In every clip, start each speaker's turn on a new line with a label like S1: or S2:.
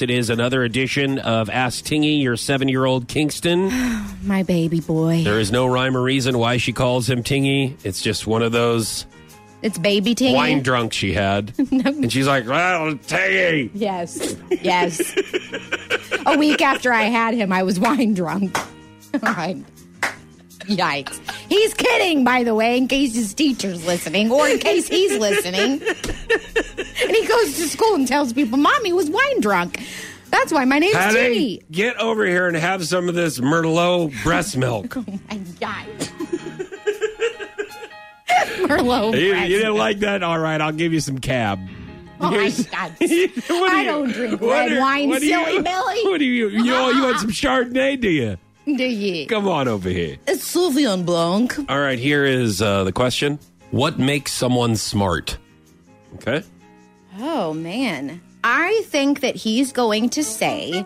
S1: It is another edition of Ask Tingy, your seven year old Kingston.
S2: My baby boy.
S1: There is no rhyme or reason why she calls him Tingy. It's just one of those
S2: It's baby Tingy.
S1: wine drunks she had. And she's like, well, Tingy.
S2: Yes. Yes. A week after I had him, I was wine drunk. All right. Yikes. He's kidding, by the way, in case his teacher's listening or in case he's listening. And he goes to school and tells people, Mommy was wine drunk. That's why my name's
S1: Patty,
S2: Tingy.
S1: get over here and have some of this Merlot breast milk.
S2: My God. Merlot.
S1: you,
S2: breast.
S1: you didn't like that? All right, I'll give you some cab.
S2: Oh, my
S1: Here's-
S2: God.
S1: What do
S2: I
S1: you-
S2: don't drink
S1: what
S2: red
S1: do-
S2: wine,
S1: what do you-
S2: silly Billy.
S1: What do you, you, you want some Chardonnay, do you?
S2: Do you?
S1: Come on over here.
S2: It's Sauvignon Blanc.
S1: All right, here is uh, the question What makes someone smart? Okay.
S2: Oh, man. I think that he's going to say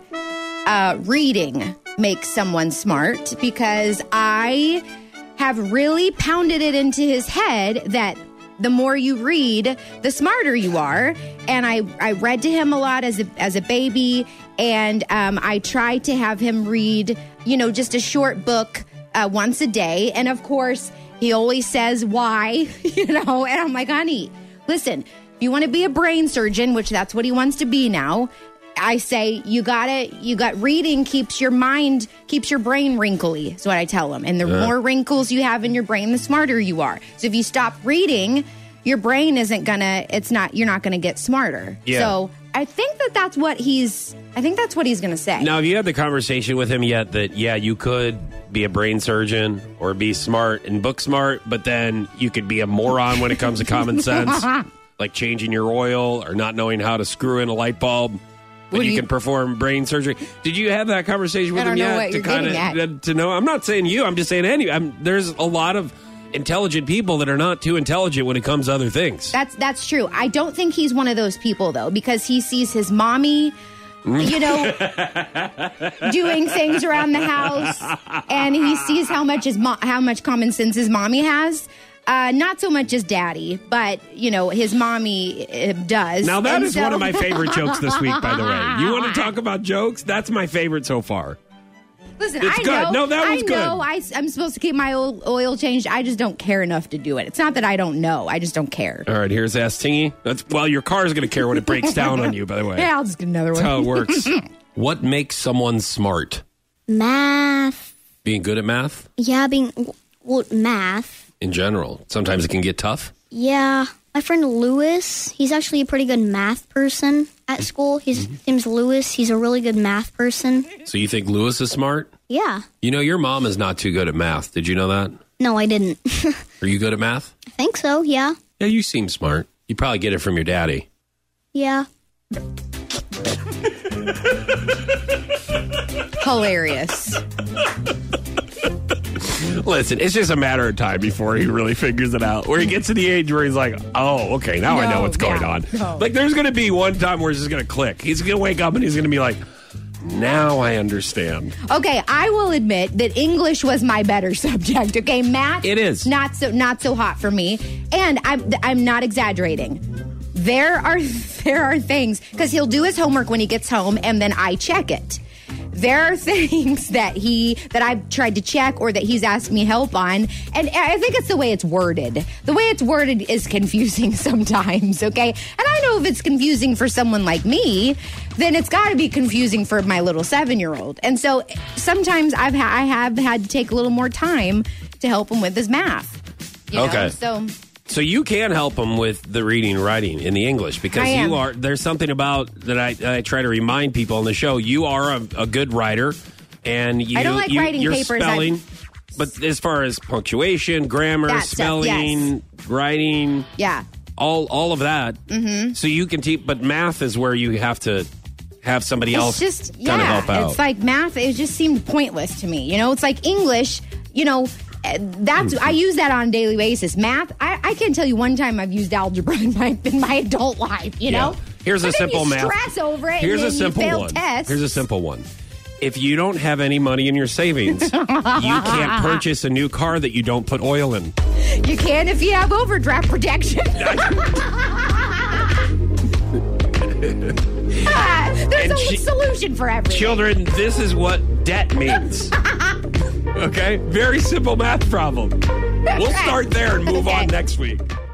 S2: uh, reading makes someone smart because I have really pounded it into his head that the more you read, the smarter you are. And I, I read to him a lot as a, as a baby, and um, I tried to have him read, you know, just a short book uh, once a day. And of course, he always says, why, you know, and I'm like, honey, listen, if you want to be a brain surgeon, which that's what he wants to be now, I say you gotta you got reading keeps your mind keeps your brain wrinkly is what I tell them. And the more wrinkles you have in your brain, the smarter you are. So if you stop reading, your brain isn't gonna it's not you're not gonna get smarter.
S1: Yeah.
S2: So I think that that's what he's I think that's what he's gonna say.
S1: Now, have you had the conversation with him yet that, yeah, you could be a brain surgeon or be smart and book smart, but then you could be a moron when it comes to common sense, like changing your oil or not knowing how to screw in a light bulb? But
S2: What
S1: you,
S2: do you-
S1: can perform brain surgery. Did you have that conversation with
S2: I
S1: him
S2: don't
S1: yet?
S2: know what you're
S1: kinda-
S2: getting
S1: to know, I'm not saying you. I'm just saying any. I'm, there's a lot of intelligent people that are not too intelligent when it comes to other things.
S2: That's that's true. I don't think he's one of those people though, because he sees his mommy, you know, doing things around the house, and he sees how much his mo- how much common sense his mommy has. Uh, not so much his daddy, but you know his mommy uh, does.
S1: Now that
S2: And
S1: is
S2: so-
S1: one of my favorite jokes this week, by the way. You want to talk about jokes? That's my favorite so far.
S2: Listen,
S1: It's
S2: I
S1: good.
S2: know.
S1: No, that was
S2: I
S1: good.
S2: know. I, am supposed to keep my oil, oil changed. I just don't care enough to do it. It's not that I don't know. I just don't care.
S1: All right, here's Ask Tingy. That's well, your car is going to care when it breaks down on you. By the way,
S2: Yeah, I'll just get another
S1: that's
S2: one.
S1: how it works. what makes someone smart?
S3: Math.
S1: Being good at math
S3: Yeah, being w- well, math.
S1: in general. Sometimes it can get tough.
S3: Yeah, my friend Lewis. He's actually a pretty good math person at school. His name's Lewis. He's a really good math person.
S1: So you think Lewis is smart?
S3: Yeah.
S1: You know, your mom is not too good at math. Did you know that?
S3: No, I didn't. I
S1: Are you good at math?
S3: think so. Yeah.
S1: Yeah, you seem smart. You probably get it from your daddy.
S3: Yeah.
S2: Hilarious.
S1: Listen, it's just a matter of time before he really figures it out. Where he gets to the age where he's like, "Oh, okay, now I know
S2: No,
S1: what's going
S2: yeah,
S1: on."
S2: no.
S1: Like, there's going to be one time where it's just going to click. He's going to wake up and he's going to be like, "Now I understand."
S2: Okay, I will admit that English was my better subject. Okay, math.
S1: It is.
S2: not so not so hot for me, and I'm I'm not exaggerating. There are there are things because he'll do his homework when he gets home, and then I check it. There are things that he that I've tried to check or that he's asked me help on, and I think it's the way it's worded. The way it's worded is confusing sometimes. Okay, and I know if it's confusing for someone like me, then it's got to be confusing for my little seven year old. And so sometimes I've ha- I have had to take a little more time to help him with his math. you know?
S1: Okay.
S2: So
S1: So you can help him with the reading and writing in the English because
S2: I am.
S1: you are there's something about that I, I try to remind people on the show. You are a, a good writer, and you
S2: I don't like
S1: you,
S2: writing
S1: your
S2: papers. I-
S1: Spelling, but as far as punctuation, grammar,
S2: That stuff, yes.
S1: spelling, writing,
S2: yeah.
S1: all all of that. Mm-hmm. So you can teach, but math is where you have to have somebody else
S2: It's just
S1: kind of
S2: yeah.
S1: help out.
S2: It's like math. It just seemed pointless to me. You know, it's like English. You know, eh, that's
S1: Hmm.
S2: I use that on a daily basis. Math. I, I can't tell you one time I've used algebra in my in my adult life. You
S1: Yeah.
S2: know.
S1: Here's
S2: But
S1: a
S2: then
S1: simple
S2: you
S1: math.
S2: Stress over it.
S1: Here's
S2: and
S1: a
S2: then you
S1: simple
S2: fail
S1: one.
S2: Tests.
S1: Here's a simple one. If you don't have any money in your savings, you can't purchase a new car that you don't put oil in.
S2: You can if you have overdraft protection. Ah, there's
S1: And
S2: a
S1: she-
S2: solution for everything.
S1: Children, this is what debt means. okay? Very simple math problem. We'll start there and move on next week.